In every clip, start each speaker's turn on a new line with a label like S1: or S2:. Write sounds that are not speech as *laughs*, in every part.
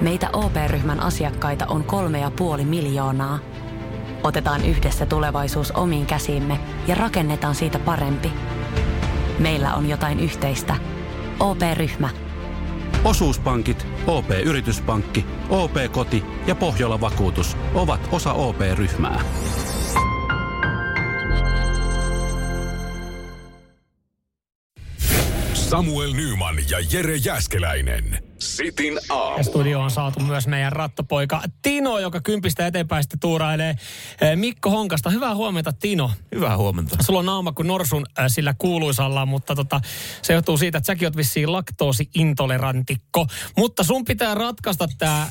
S1: Meitä OP-ryhmän asiakkaita on kolme ja puoli miljoonaa. Otetaan yhdessä tulevaisuus omiin käsiimme ja rakennetaan siitä parempi. Meillä on jotain yhteistä. OP-ryhmä.
S2: Osuuspankit, OP-yrityspankki, OP-koti ja Pohjola-vakuutus ovat osa OP-ryhmää.
S3: Samuel Nyman ja Jere Jäskeläinen. Sitin
S4: Ja
S3: aamu.
S4: studioon on saatu myös meidän rattapoika Tino, joka kympistä eteenpäin sitten tuurailee eh, Mikko Honkasta. Hyvää huomenta Tino.
S5: Hyvää huomenta.
S4: Sulla on naama kuin norsun äh, sillä kuuluisalla, mutta tota, se johtuu siitä, että säkin oot vissiin laktoosiintolerantikko. Mutta sun pitää ratkaista tämä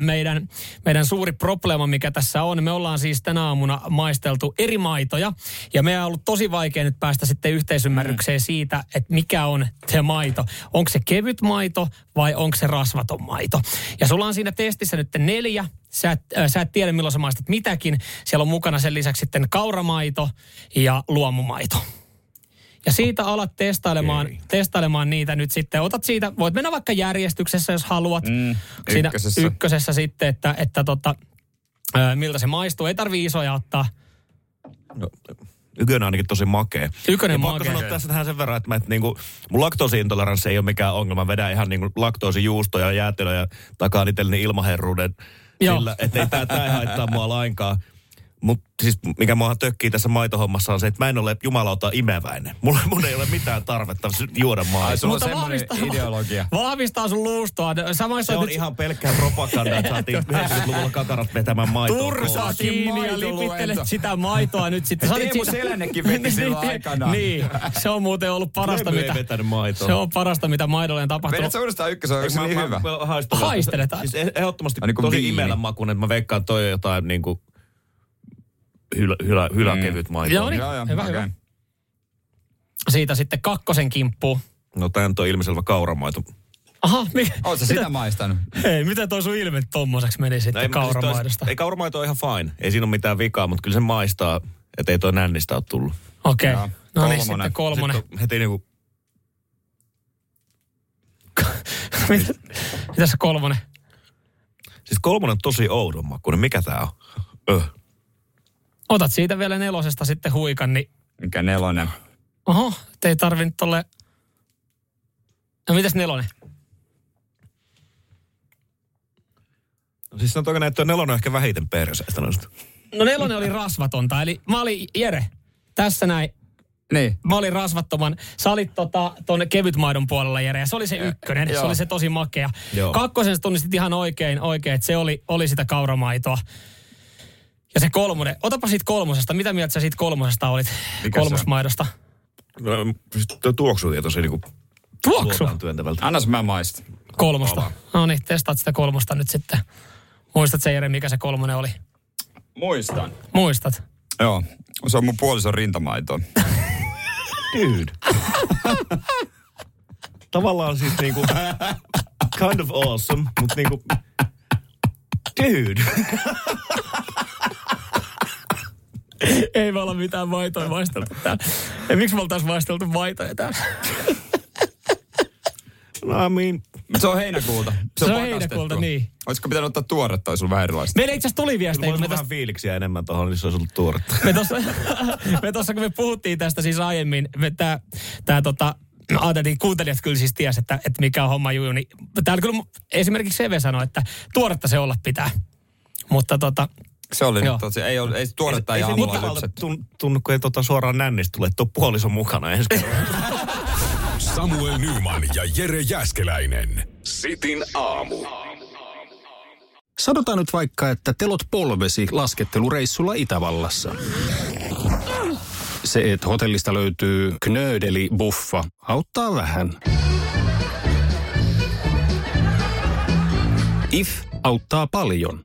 S4: meidän, meidän suuri probleema, mikä tässä on. Me ollaan siis tänä aamuna maisteltu eri maitoja ja meidän on ollut tosi vaikea nyt päästä sitten yhteisymmärrykseen siitä, että mikä on se maito. Onko se kevyt maito vai onko se rasvaton maito? Ja sulla on siinä testissä nyt neljä sä et, äh, sä et tiedä milloin sä maistat mitäkin. Siellä on mukana sen lisäksi sitten kauramaito ja luomumaito. Ja siitä alat testailemaan, okay. testailemaan niitä nyt sitten. Otat siitä, voit mennä vaikka järjestyksessä, jos haluat. Mm, Siinä
S5: ykkösessä.
S4: ykkösessä sitten, että, että tota, ö, miltä se maistuu. Ei tarvi isoja ottaa.
S5: No, Ykönen on ainakin tosi makea.
S4: Ykönen
S5: ja
S4: makea.
S5: pakko sanoa tässä tähän sen verran, että mä, et niinku, mun laktoosiintoleranssi ei ole mikään ongelma. Mä Vedän ihan niinku laktoosijuustoja ja jäätelöjä takaa itselleni niin ilmaherruuden.
S4: Joo.
S5: Sillä, ettei tää, tää ei haittaa mua lainkaan. Mut siis mikä mua tökkii tässä maitohommassa on se, että mä en ole jumalauta imeväinen. Mulla, mun ei ole mitään tarvetta sy- juoda maitoa.
S4: Mutta vahvistaa,
S6: ideologia.
S4: *laughs* vahvistaa sun luustoa. Sä
S5: Se
S4: maistat
S5: on
S4: nyt
S5: ihan pelkkää propagandaa, että saatiin 90-luvulla kakarat vetämään maitoa.
S4: tursaa
S5: kouluun.
S4: kiinni ja
S6: maitoluento.
S4: lipittelet sitä maitoa nyt sitten. Sä olit
S6: Teemu
S4: siinä-
S6: Selännekin
S4: *laughs*
S6: veti silloin aikanaan.
S4: Niin, se on muuten ollut parasta,
S5: Teemu ei
S4: mitä,
S5: vetänyt maitoa.
S4: se on parasta, mitä maidolle on tapahtunut.
S6: Vedät sä uudestaan ykkösen, onko
S5: Eikö
S6: se niin
S5: mä,
S6: hyvä?
S5: Mä, mä haistelen.
S4: Haistelet.
S5: Siis eh- ehdottomasti
S6: Ai niinku
S5: tosi
S6: viini.
S5: imelän makuinen. Mä veikkaan toi on jotain niinku hylä, hylä, hyläkevyt
S6: Mm.
S5: maito.
S4: Joo, niin.
S6: Joo, joo,
S4: Hyvä,
S6: okei.
S4: hyvä. Siitä sitten kakkosen kimppuun.
S5: No tän toi ilmiselvä kauramaito.
S4: Aha, mi-
S6: Oot sä sitä maistanut?
S4: *laughs* Hei, mitä toi sun ilme tommoseksi meni
S5: No
S4: sitten
S5: ei-
S4: no,
S5: siis toi-
S4: kauramaidosta?
S5: Ei kauramaito ole ihan fine. Ei siinä ole mitään vikaa, mutta kyllä se maistaa, että ei toi nännistä ole tullut.
S4: Okei,
S6: Joo,
S4: no niin
S6: kolmonen.
S4: sitten kolmonen.
S5: Sitten on heti niinku,
S4: Mitä- *laughs* Mitäs se kolmonen?
S5: siis kolmonen on tosi oudon makuinen. Mikä tää on? Öh.
S4: Otat siitä vielä nelosesta sitten huikan, niin
S6: Mikä nelonen?
S4: oho, te ei tarvinnut tolle... No mitäs nelonen?
S5: No siis sanotaanko näin, että toi nelonen on ehkä vähiten perseestä noista.
S4: No nelonen oli rasvatonta, eli mä olin Jere, tässä näin.
S6: Niin.
S4: Mä olin rasvattoman. Sä olit tota, tuonne kevytmaidon puolella, Jere, ja se oli se ykkönen. Se
S6: joo.
S4: oli se tosi makea.
S5: Joo.
S4: Kakkosen sä tunnistit ihan oikein, oikein että se oli, oli sitä kauramaitoa. Ja se kolmonen. Otapa siitä kolmosesta. Mitä mieltä sä siitä kolmosesta olit?
S6: Mikä se on?
S4: Kolmosmaidosta.
S5: No, siis toi tuoksuu jo tosi niinku
S4: Tuoksu.
S5: luotaan työntävältä.
S6: Annas mä maistan.
S4: Kolmosta. No niin, testaat sitä kolmosta nyt sitten. Muistat se Jere, mikä se kolmonen oli?
S6: Muistan.
S4: Muistat.
S6: Joo. Se on mun puolison rintamaito.
S5: Dude. Tavallaan siis niinku kind of awesome, mutta niinku dude.
S4: Ei me olla mitään maitoa maisteltu täällä. Ja miksi me oltaisiin maisteltu maitoja täällä?
S5: No I mean,
S6: Mut Se on heinäkuulta.
S4: Se on
S6: pakastettu.
S4: heinäkuulta, niin.
S6: Olisiko pitänyt ottaa tuoretta, olisi ollut vähän erilaista?
S4: Meille itse asiassa tuli viestejä,
S5: mulla
S4: kun
S5: on
S4: me tästä
S5: vähän fiiliksiä enemmän tuohon, niin se olisi ollut tuoretta.
S4: me tuossa, *laughs* me tuossa, kun me puhuttiin tästä siis aiemmin, me tää, tää tota, me ajateltiin, kuuntelijat kyllä siis ties, että, että mikä on homma juju, niin täällä kyllä mu- esimerkiksi Seve sanoi, että tuoretta se olla pitää. Mutta tota,
S6: Se oli
S4: Joo.
S6: nyt tosi. Ei, ole- ei tuoretta ei,
S5: se
S6: aamulla
S5: tavallaan
S6: lypsetty.
S5: tun- tunnu, kun ei tota suoraan nännistä tule, että on puoliso
S6: No,
S5: mukana ensi kerralla.
S3: Samuel Nyman ja Jere Jäskeläinen. Sitin aamu.
S7: Sanotaan nyt vaikka, että telot polvesi laskettelureissulla Itävallassa. Se, että hotellista löytyy knöydeli buffa, auttaa vähän. IF auttaa paljon.